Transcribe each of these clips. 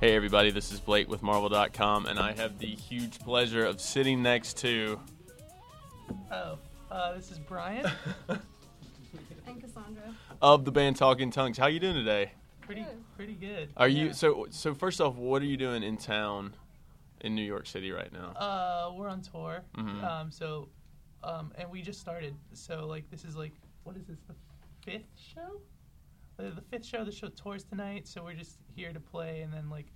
Hey, everybody, this is Blake with Marvel.com, and I have the huge pleasure of sitting next to. Oh, uh, this is Brian. And Cassandra. of the band Talking Tongues. How you doing today? Pretty, Good. pretty good. Are Yeah. you so so? First off, what are you doing in town, in New York City right now? Uh, we're on tour. Mhm. Um, so, um, and we just started. So like, this is like, what is this? The fifth show? Uh, The, the fifth show. The show tours tonight. So we're just here to play, and then like,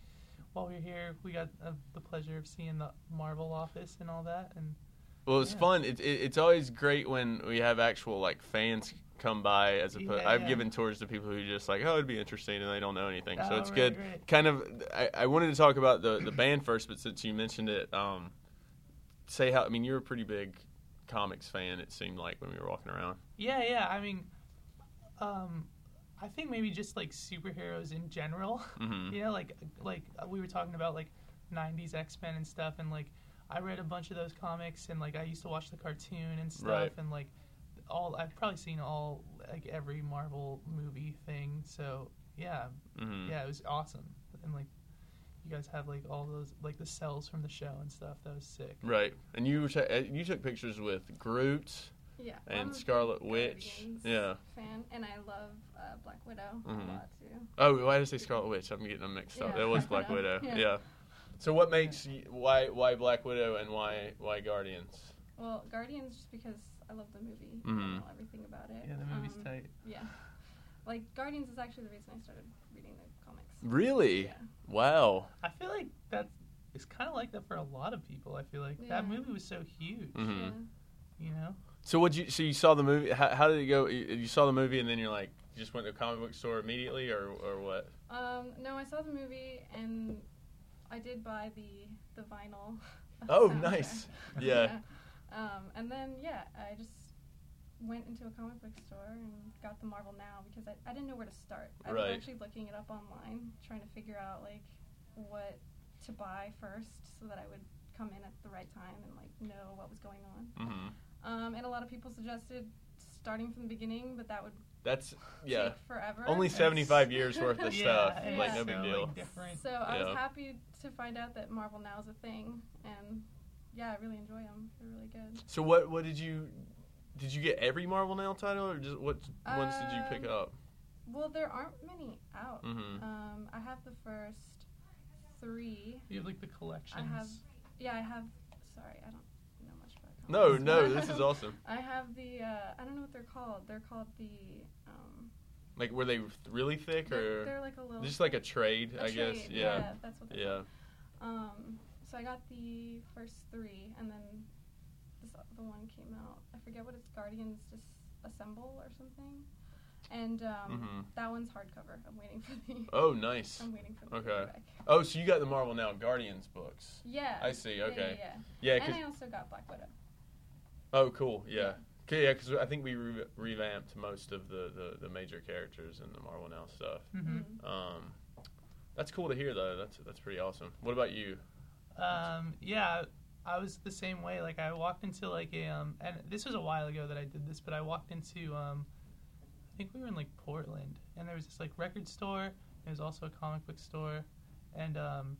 while we're here, we got uh, the pleasure of seeing the Marvel office and all that, and Well, it's Yeah. fun. It, it, it's always great when we have actual like fans come by. As opposed, Yeah, I've yeah. given tours to people who just like, oh, it'd be interesting, and they don't know anything. so Oh, it's right, good. right. Kind of. I, I wanted to talk about the the band first, but since you mentioned it, um, say how. I mean, you're a pretty big comics fan. It seemed like when we were walking around. Yeah, yeah. I mean, um, I think maybe just like superheroes in general. Mhm. you know, like like uh, we were talking about like '90s X Men and stuff, and like I read a bunch of those comics, and like I used to watch the cartoon and stuff, Right. and like all I've probably seen all like every Marvel movie thing. So yeah, Mm-hmm. yeah, it was awesome, and like you guys have like all those like the cells from the show and stuff. That was sick. Right, and you t- uh, you took pictures with Groot Yeah. I'm and a Scarlet big Witch. Guardians Yeah. Fan, and I love uh, Black Widow Mhm. a lot too. Oh, why did I say Scarlet Witch? I'm getting them mixed up. Yeah. That was Black Yeah. Widow. Yeah. Yeah. So what makes y- why why Black Widow and why why Guardians? Well, Guardians just because I love the movie. Mhm. I know everything about it. Um, tight. Yeah. Like Guardians is actually the reason I started reading the comics. Really? Yeah. Wow. I feel like that is kind of like that for a lot of people. I feel like Yeah. that movie was so huge. hmm Yeah. You know? So what you so you saw the movie? How, how did it go? You, you saw the movie and then you're like, you just went to a comic book store immediately, or or what? Um, no, I saw the movie and I did buy the the vinyl. Oh, soundtrack. nice. Yeah. Um, and then yeah, I just went into a comic book store and got the Marvel Now because I, I didn't know where to start. I Right. was actually looking it up online, trying to figure out like what to buy first so that I would come in at the right time and like know what was going on. hmm Um, and a lot of people suggested starting from the beginning, but that would That's yeah. take forever. Only That's- 75 years worth of Yeah, stuff. it's Like no so, big like, deal. different. So I Yeah. was happy to find out that Marvel Now is a thing, and yeah, I really enjoy them. They're really good. So what what did you did you get every Marvel Now title or just what ones did you pick Um, up? Well, there aren't many out. hmm Um, I have the first three. You have like the collections. Yeah, I have. Sorry, I don't know much about. No, comics. no, this is awesome. I have the. Uh, I don't know what they're called. They're called the. Um, Like were they really thick they're, or they're like a little. just like a trade? a I guess. trade, Yeah. that's what. Yeah. They're Called. Um, so I got the first three, and then this the one came out. I forget what it's Guardians Disassemble or something, and um, Mhm. that one's hardcover. I'm waiting for the. Oh, nice. I'm waiting for the. Okay. paperback. Oh, so you got the Marvel Now Guardians books. Yeah. I see, Yeah, okay. Yeah, Yeah. yeah. 'cause- And I also got Black Widow. oh, cool. Yeah. 'Kay, Yeah, because I think we re- revamped most of the, the, the major characters in the Marvel Now stuff. hmm Mm. Um, that's cool to hear, though. That's that's pretty awesome. What about you? Um, yeah, I was the same way. Like I walked into like a um, and this was a while ago that I did this, but I walked into um, I think we were in like Portland, and there was this like record store. And there was also a comic book store, and um,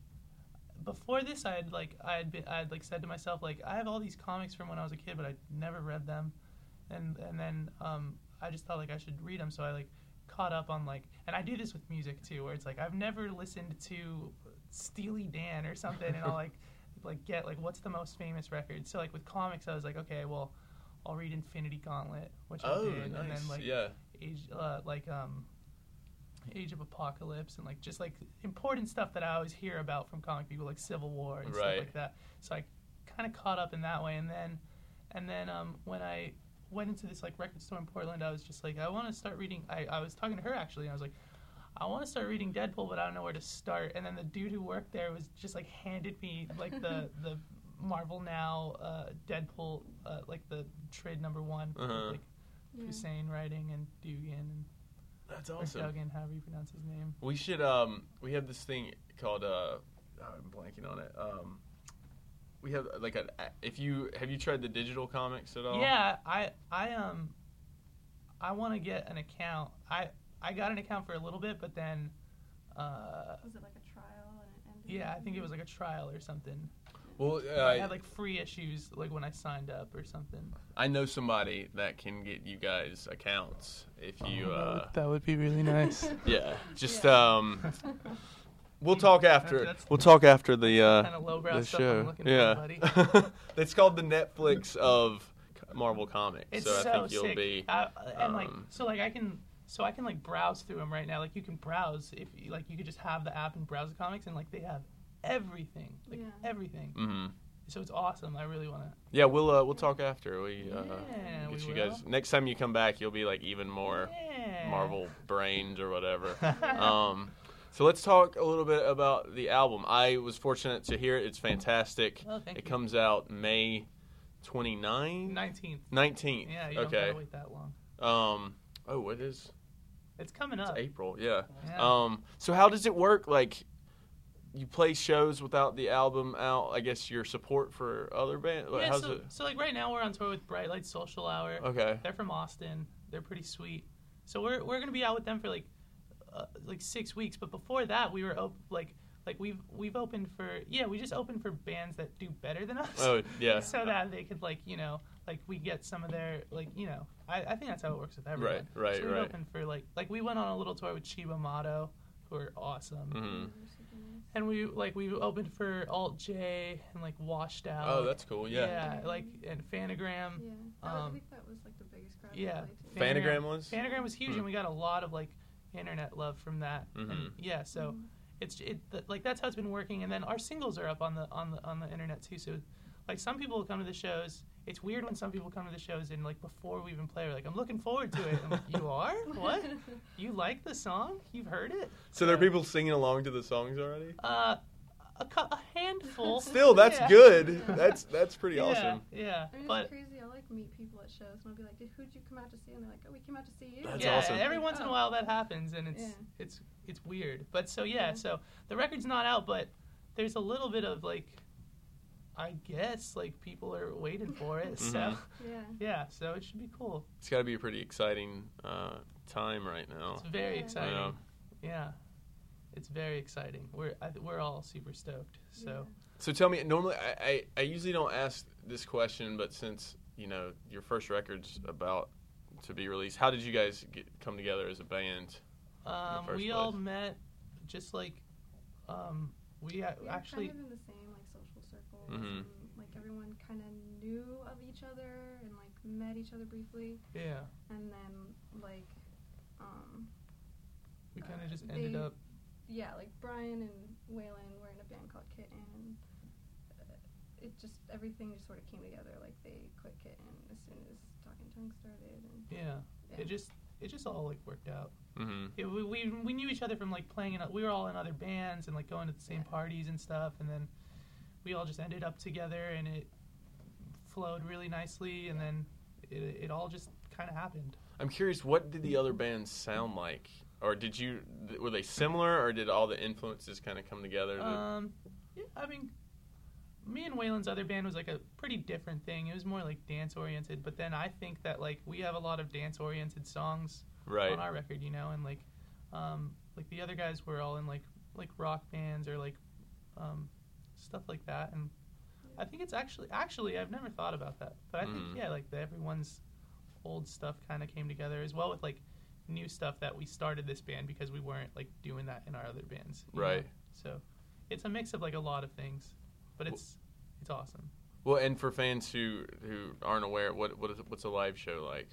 before this, I had like I had been I had like said to myself like I have all these comics from when I was a kid, but I never read them, and and then um, I just thought like I should read them, so I like caught up on like and I do this with music too where it's like I've never listened to Steely Dan or something and I'll like like get like what's the most famous record so like with comics I was like okay well I'll read Infinity Gauntlet which I Oh, did nice. and then like yeah. age uh, like um Age of Apocalypse and like just like important stuff that I always hear about from comic people like Civil War and Right. stuff like that. So I kind of caught up in that way and then and then um when I went into this like record store in Portland I was just like I want to start reading I, I was talking to her actually and I was like I want to start reading Deadpool but I don't know where to start and then the dude who worked there was just like handed me like the the Marvel Now uh Deadpool uh, like the trade number 1 Uh-huh. like Yeah. Hussein writing and Dugan That's and awesome. or Duggan, however you pronounce his name. We should um we have this thing called uh I'm blanking on it. Um we have like a if you have you tried the digital comics at all? Yeah, I I um I want to get an account. I I got an account for a little bit, but then uh Was it like a trial? And it Yeah, I think it was like a trial or something. Well, I uh, had like free issues like when I signed up or something. I know somebody that can get you guys accounts if you. Uh, that would be really nice. yeah, just um, we'll talk after. That's- We'll talk after the. Uh, kind of lowbrow the stuff show. I'm looking for, buddy. yeah, it's called the Netflix of Marvel comics. It's so, so, I think you'll sick. be. I, and like um, so like I can so I can like browse through them right now. Like you can browse if you- like you could just have the app and browse the comics and like they have everything. Like Yeah. everything. hmm So it's awesome. I really want to Yeah, we'll uh, we'll talk after we uh, Yeah, get we you will. guys. Next time you come back, you'll be like even more yeah. Marvel brained or whatever. um, so let's talk a little bit about the album. I was fortunate to hear it. It's fantastic. Oh, thank It you. comes out May 29th? 19th. 19th. Yeah, you don't okay. gotta wait that long. Um, oh, it is. It's coming It's up. April. Yeah. Yeah. Um, so how does it work? Like, you play shows without the album out. I guess your support for other bands. Like, yeah, how's so, it? so like right now we're on tour with Bright Light Social Hour. Okay. They're from Austin. They're pretty sweet. So we're we're gonna be out with them for like uh, like six weeks. But before that, we were op- like like we've we've opened for yeah we just opened for bands that do better than us. Oh yeah. So that they could like you know like we get some of their like you know I, I think that's how it works with everyone. Right, right, So we right. opened for like like we went on a little tour with Chiba Mato, who are awesome. Mhm. And we like we opened for Alt J and like Washed Out. Oh, that's cool. Yeah. Yeah, like and Fanagram. Yeah, I Um, think that was like the biggest crowd. yeah. Play Fan- Fanagram was. Fanagram was huge, Hmm. and we got a lot of like internet love from that. And, Mhm. yeah, so it's it th- like that's how it's been working. And then our singles are up on the on the on the internet too. So like some people will come to the shows. It's weird when some people come to the shows and like before we even play, we're like, I'm looking forward to it. I'm like, you are Mm-hmm. what? You like the song? You've heard it? So there are people singing along to the songs already. Uh, a, cou- a handful. Still, that's Yeah. good. Yeah. That's that's pretty yeah, awesome. Yeah, I mean, but it's crazy. I like meet people at shows, and I'll be like, "Dude, "Who'd you come out to see?" And they're like, "Oh, we came out to see you." That's yeah, awesome. every once in a Oh. while that happens, and it's Yeah. it's it's weird. But so yeah, Yeah. so the record's not out, but there's a little bit of like, I guess like people are waiting for it. So Mhm. Yeah. yeah, so it should be cool. It's got to be a pretty exciting uh, time right now. It's very Yeah. exciting. Yeah. Oh. Yeah. it's very exciting. We're I, we're all super stoked. So So tell me, normally I, I, I usually don't ask this question, but since you know your first record's about to be released, how did you guys get, come together as a band? um, first we all place. met just like um, we a- We were actually kind of in the same like social circles, Mhm. and like everyone kind of knew of each other and like met each other briefly, yeah and then like, um, we kind Uh, of just ended they- up yeah, like Brian and Waylon were in a band called Kitten. and uh, It just everything just sort of came together. Like they quit Kitten as soon as Talking Tongue started, and yeah yeah. it just it just all like worked out. hmm Yeah, we, we we knew each other from like playing in. We were all in other bands and like going to the same parties and stuff, and then we all just ended up together, and it flowed really nicely, and then it it all just kind of happened. I'm curious, what did the other bands sound like, or did you th- were they similar, or did all the influences kind of come together? to- Um, yeah, I mean, me and Waylon's other band was like a pretty different thing. It was more like dance oriented, but then I think that like we have a lot of dance oriented songs right. on our record, you know, and like um like the other guys were all in like like rock bands or like um stuff like that and I think it's actually actually I've never thought about that. But I Mhm. think yeah, like the, everyone's old stuff kind of came together as well with like new stuff that we started this band because we weren't like doing that in our other bands. you know? Right. So it's a mix of like a lot of things, but it's it's awesome. Well, and for fans who who aren't aware, what what is what's a live show like?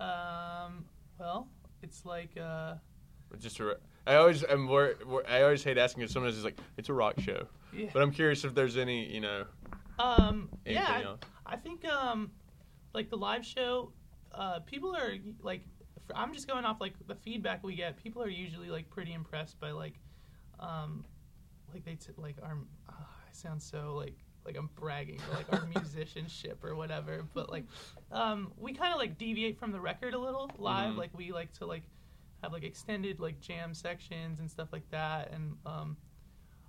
Um well, it's like uh Just a, re- I always I'm wor- wor- I always hate asking because sometimes it's like it's a rock show, yeah. but I'm curious if there's any you know Um, anything yeah, I- else. I think um, like the live show, uh, people are like, f I'm just going off like the feedback we get. People are usually like pretty impressed by like, um, like they t- like our. Uh, I sound so like like I'm bragging but, like our musicianship or whatever. But like, um, we kind of like deviate from the record a little live. Mhm. Like we like to like have like extended like jam sections and stuff like that and um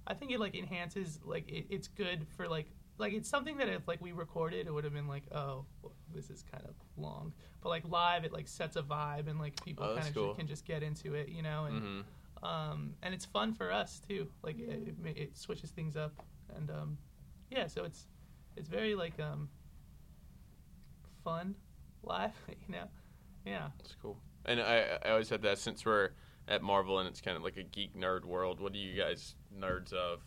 i think it like enhances like it, it's good for like like it's something that if like we recorded it would have been like oh well, this is kind of long but like live it like sets a vibe and like people Oh, kind that's of cool. can just get into it you know and Mhm. um, and it's fun for us too. Like it, it, ma- it switches things up, and um, yeah, so it's it's very like um, fun, live, you know, yeah. It's cool. And I, I always had that since we're at Marvel and it's kind of like a geek nerd world. What are you guys nerds of?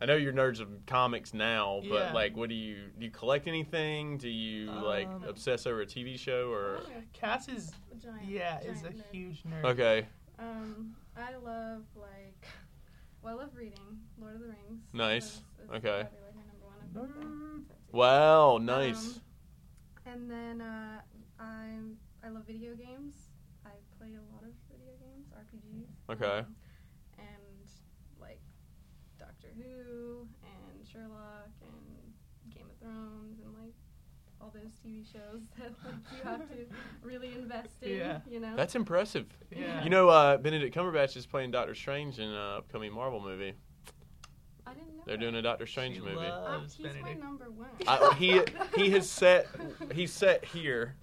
I know you're nerds of comics now, but Yeah. like, what do you do? You collect anything? Do you like Um, obsess over a TV show or? I'm Cass is a giant, yeah giant is a nerd. huge nerd. Okay, Um, I love like, well, I love reading Lord of the Rings. Nice. is- is Okay. Probably, like, my number one Nerd. obsession. wow, Um, nice. And then uh, I I love video games. I play a lot of video games, RPGs. Okay. um, and like Doctor Who and Sherlock and Game of Thrones and like all those TV shows that like, you have to really invest in. Yeah. You know. That's impressive. Yeah. You know, uh, Benedict Cumberbatch is playing Doctor Strange in an upcoming Marvel movie. I didn't know. They're that. doing a Doctor Strange She movie. Uh, Loves he's Benedict. my number one. I, he he has set he's set here.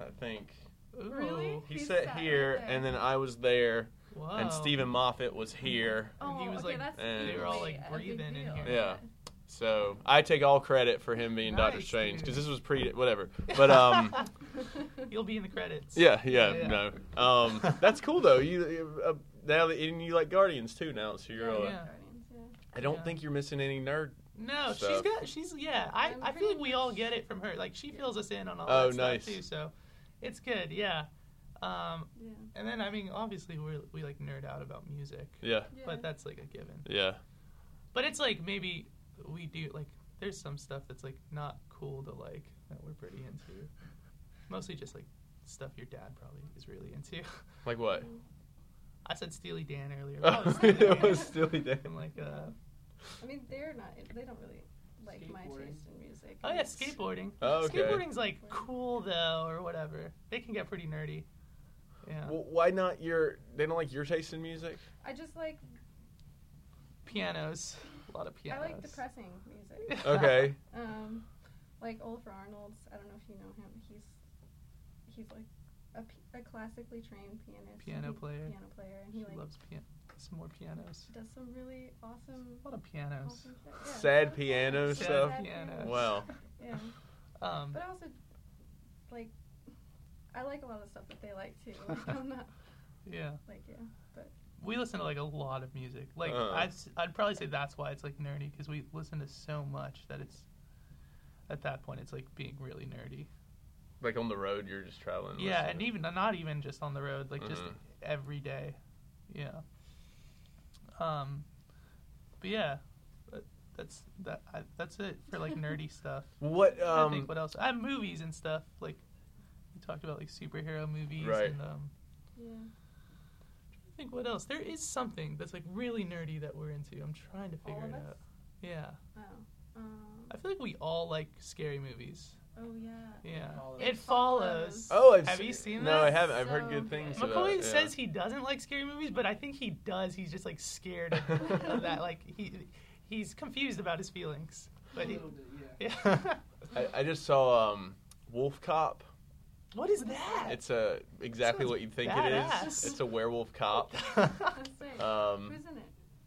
I think Really? Ooh, he He's set sat right here, there. and then I was there, Whoa. and Stephen Moffat was here. Oh, he was, okay, like- that's and they were all, easily like, a big breathing in deal. here. Eh, Yeah. So I take all credit for him being Doctor Nice, Strange dude. because this was pre whatever. But um, You'll be in the credits. yeah, yeah, Yeah. no, um, that's cool though. You you, uh, now that and you like Guardians too now, so you're. Uh, Yeah. Guardians, yeah. I don't Yeah. think you're missing any nerd. No, she's So- got. She's yeah. I, I'm I feel like we all pretty- get it from her. Like she fills us in on all Oh, that nice. stuff too. So, it's good. Yeah. Um, Yeah. and then I mean, obviously we are we like nerd out about music, Yeah, yeah. but that's like a given. yeah, But it's like maybe we do like there's some stuff that's like not cool to like that we're pretty into. Mostly just like stuff your dad probably is really into. like what? I said Steely Dan earlier. but Oh, it's Steely Dan. it was Steely Dan. fucking like uh, I mean, they're not. They don't really like my Skateboarding. taste in music. Oh yeah, skateboarding. Oh, okay. Skateboarding's like cool though, or whatever. They can get pretty nerdy. Yeah. Well, why not your? They don't like your taste in music. I just like. pianos, a lot of pianos. I like depressing music. Okay. um, like Olaf Arnold's. I don't know if you know him. He's he's like a, p- a classically trained pianist. Piano He- player. Piano player, and She he like loves pian- some more pianos. does some really awesome. A lot of pianos. awesome shit. Yeah. Sad piano Sad stuff. pianos. Wow. Yeah. Um, But I also like I like a lot of stuff that they like too. Like, I'm not yeah. like yeah. We listen to like a lot of music. Like Uh. I'd, s- I'd probably say that's why it's like nerdy because we listen to so much that it's at that point it's like being really nerdy. Like on the road, you're just traveling. yeah, listening. and even not even just on the road, like just Mhm. every day. Yeah. Um, but yeah, that- that's that. I, that's it for like nerdy stuff. what? I Um, think what else? I have movies and stuff. Like we talked about, like superhero movies. Right. And, um, Yeah. I think what else? There is something that's like really nerdy that we're into. I'm trying to All figure of it us? out. Yeah, Oh. Um, I feel like we all like scary movies. oh yeah. Yeah, Follows. it follows. oh, I've have se- you seen No, that? I haven't. I've heard So good things. good. about it, McCoy uh, yeah. says he doesn't like scary movies, but I think he does. He's just like scared of, of that. Like he, he's confused about his feelings. But he, A little bit, yeah. yeah. I, I just saw um, Wolf Cop. what is that? It's a exactly Sounds what you'd think it badass. is. It's a werewolf cop. That's it. Um, Who's in it?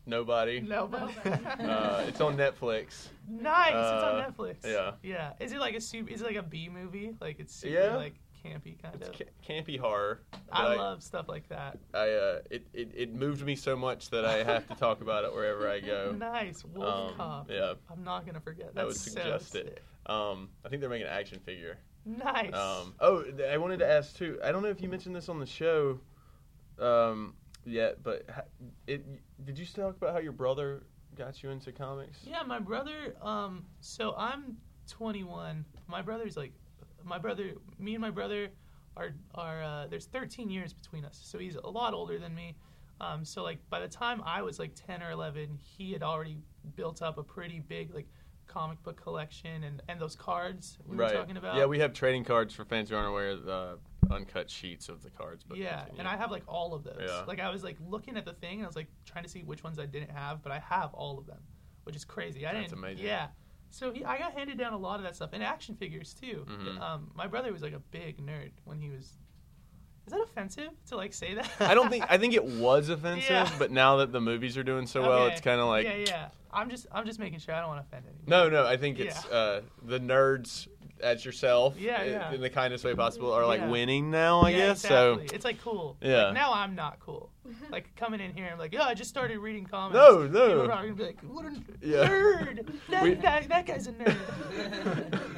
nobody. no, but Uh, it's on Netflix. nice. uh, it's on Netflix. yeah. yeah. Is it like a super? Is it like a B movie? Like it's super Yeah. like campy kind It's of. ca- campy horror. I but love stuff like that. I uh, it, it it moved me so much that I have to talk about it wherever I go. Nice Wolf Um, Cop. yeah. I'm not gonna forget. That's I would so suggest it. sick. Um, I think they're making an action figure. Nice. Um, oh, th- I wanted to ask too. I don't know if you mentioned this on the show um, yet, but ha- it, did you talk about how your brother got you into comics? Yeah, my brother. Um, so I'm 21. My brother's like, my brother. Me and my brother are are. Uh, there's 13 years between us, so he's a lot older than me. Um, so like by the time I was like 10 or 11, he had already built up a pretty big like comic book collection and and those cards we were talking about. Yeah, we have trading cards for fans who aren't aware. The uncut sheets of the cards. But yeah, continue. and I have like all of those. Yeah. Like I was like looking at the thing and I was like trying to see which ones I didn't have, but I have all of them, which is crazy. I That's didn't. amazing. Yeah. So he, I got handed down a lot of that stuff and action figures too. Mhm. Um, my brother was like a big nerd when he was Is that offensive to like say that? I don't think I think it was offensive, Yeah. but now that the movies are doing so well, Okay. it's kind of like yeah, yeah. I'm just I'm just making sure I don't want to offend anyone. no, no. I think it's Yeah. uh, the nerds as yourself, Yeah, i- yeah. in the kindest way possible, are like Yeah. winning now. I yeah, guess exactly. It's like cool. Like, Yeah. now I'm not cool. Like coming in here, I'm like, yeah, I just started reading comics. No, no. People are probably gonna be like, what a Yeah. nerd. That, We- that, that guy's a nerd. so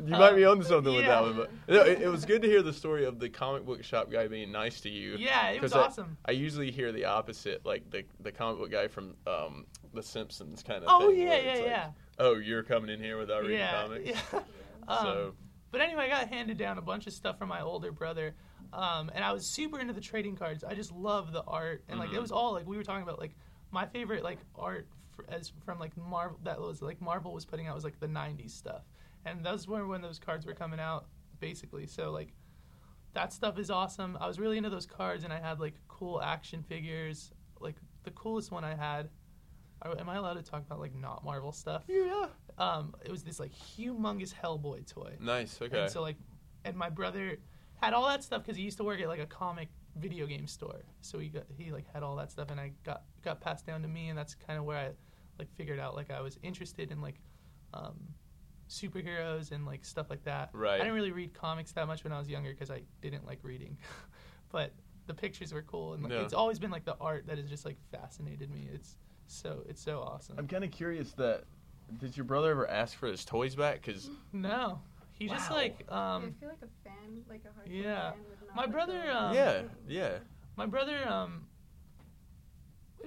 you might be Uh, onto something with yeah. that one. But no, it, it was good to hear the story of the comic book shop guy being nice to you. yeah, it was 'Cause I- awesome. I usually hear the opposite, like the the comic book guy from um, The Simpsons kind of. Oh thing, yeah, where yeah, it's like, yeah, Oh, you're coming in here without reading yeah, comics. yeah. Um, so But anyway, I got handed down a bunch of stuff from my older brother, um, and I was super into the trading cards. I just love the art, and like Mhm. it was all like we were talking about. Like my favorite like art f- as from like Marvel that was like Marvel was putting out was like the '90s stuff, and those were when those cards were coming out, basically. So like that stuff is awesome. I was really into those cards, and I had like cool action figures. Like the coolest one I had. Are, am I allowed to talk about like not Marvel stuff? yeah, Um, it was this like humongous Hellboy toy. nice. Okay. And so like, and my brother had all that stuff because he used to work at like a comic video game store. So he got he like had all that stuff, and I got got passed down to me, and that's kind of where I like figured out like I was interested in like um, superheroes and like stuff like that. Right. I didn't really read comics that much when I was younger because I didn't like reading, but the pictures were cool, and like, Yeah. it's always been like the art that has just like fascinated me. It's so it's so awesome. I'm kind of curious that did your brother ever ask for his toys back? Because no, he just Wow. like um, I feel like a fan, like a hardcore yeah. fan would not My let brother, go. um, yeah, yeah, My brother, um,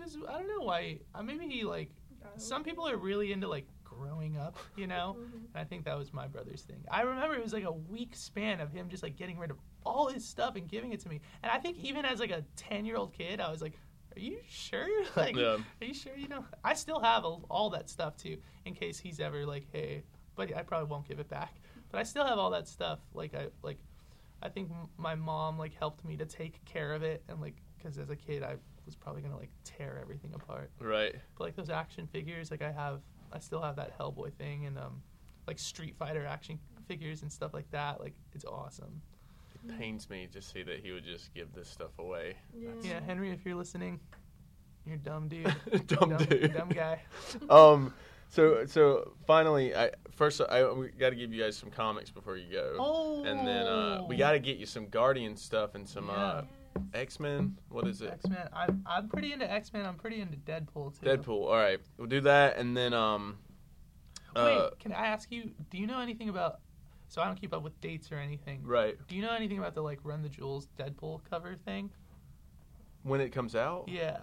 is I don't know why. uh, Maybe he like Got it. some people are really into like growing up, you know. Mhm. And I think that was my brother's thing. I remember it was like a week span of him just like getting rid of all his stuff and giving it to me. And I think even as like a ten year old kid, I was like, "Are you sure? Like, Yeah. are you sure? You know, I still have all- all that stuff too, in case he's ever like, hey, but I probably won't give it back. But I still have all that stuff. Like I like, I think m- my mom like helped me to take care of it and like because as a kid I was probably gonna like tear everything apart. right. But like those action figures, like I have, I still have that Hellboy thing and um, like Street Fighter action figures and stuff like that. Like it's awesome. It pains me to see that he would just give this stuff away. Mm. Yeah, Henry, if you're listening, you're a dumb dude. Dumb dude. Dumb guy. Um, so so finally, I first I we got to give you guys some comics before you go, Oh. and then uh, we got to get you some Guardian stuff and some uh, X Men. What is it? X Men. I'm I'm pretty into X Men. I'm pretty into Deadpool too. Deadpool. All right, we'll do that, and then um, uh, Wait, can I ask you? Do you know anything about? So I don't keep up with dates or anything. right Do you know anything about the like Run the Jewels Deadpool cover thing? when it comes out. Yeah,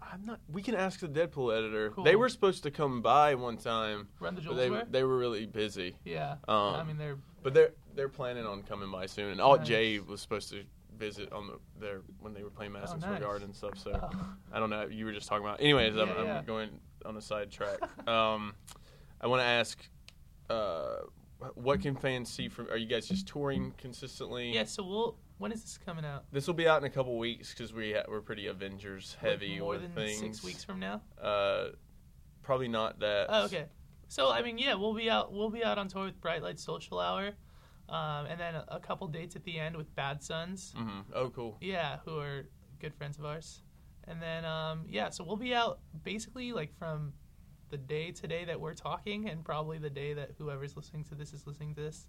I'm not. We can ask the Deadpool editor. Cool. They were supposed to come by one time, Run the but Jewels. they were? they were really busy. yeah, Um, I mean they're but they're they're planning on coming by soon. And Alt Nice. J was supposed to visit on the their when they were playing Madison Oh, Square nice. Garden and stuff. So oh, I don't know. You were just talking about. Anyways, I'm, Yeah, yeah. I'm going on a sidetrack. um, I want to ask, uh, what can fans see from? Are you guys just touring consistently? yeah. So we'll when is this coming out? This will be out in a couple weeks because we ha- we're pretty Avengers Like, heavy more with than things. six weeks from now. Uh, probably not that. Oh, okay. So I mean, yeah, we'll be out. We'll be out on tour with Bright Light Social Hour, um, and then a, a couple dates at the end with Bad Sons. hmm Oh, cool. Yeah, who are good friends of ours. And then um, yeah, so we'll be out basically like from the day today that we're talking, and probably the day that whoever's listening to this is listening to this.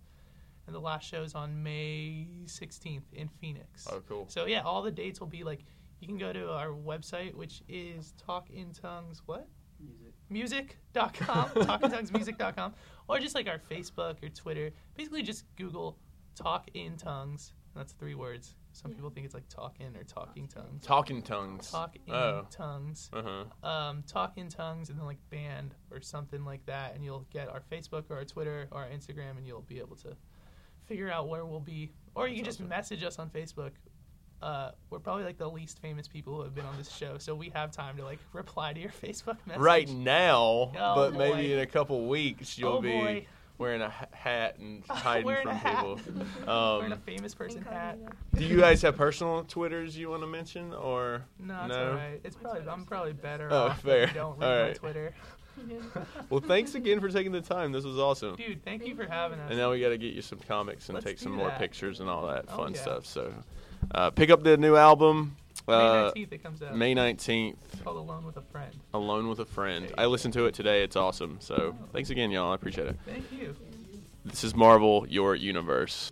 And the last show is on May 16th in Phoenix. Oh, cool. So yeah, all the dates will be like you can go to our website, which is Talk in Tongues what Music. music.com, talkintonguesmusic.com, or just like our Facebook or Twitter. Basically, just Google "Talk in Tongues." and That's three words. Some people think it's like "talk in" or "talking tongues." Talking tongues. Talk in Oh. tongues, Uh huh. um, talk in tongues, and then like band or something like that, and you'll get our Facebook or our Twitter or our Instagram, and you'll be able to figure out where we'll be. Or That's you can just awesome. message us on Facebook. Uh, we're probably like the least famous people who have been on this show, so we have time to like reply to your Facebook message. Right now, Oh, but boy. maybe in a couple weeks you'll oh be boy. wearing a ha- hat and hiding Wearing from a hat. people. Wearing a Um, famous person hat. Incognito. do you guys have personal Twitters you want to mention or No, it's No? alright. It's My probably I'm Twitter's probably like this. better Oh, off if fair. you don't read my Alright. Twitter. Well, thanks again for taking the time. This was awesome. Dude, thank you Thank for you. having us. And now we got to get you some comics and Let's take some do more that. pictures and all that Oh, fun yeah. stuff. So, uh, pick up the new album. Uh, May 19th it comes out. May 19th, It's called Alone with a Friend. Alone with a Friend. There you I go. listened to it today. It's awesome. So, Oh. thanks again, y'all. I appreciate it. Thank you. This is Marvel, your universe.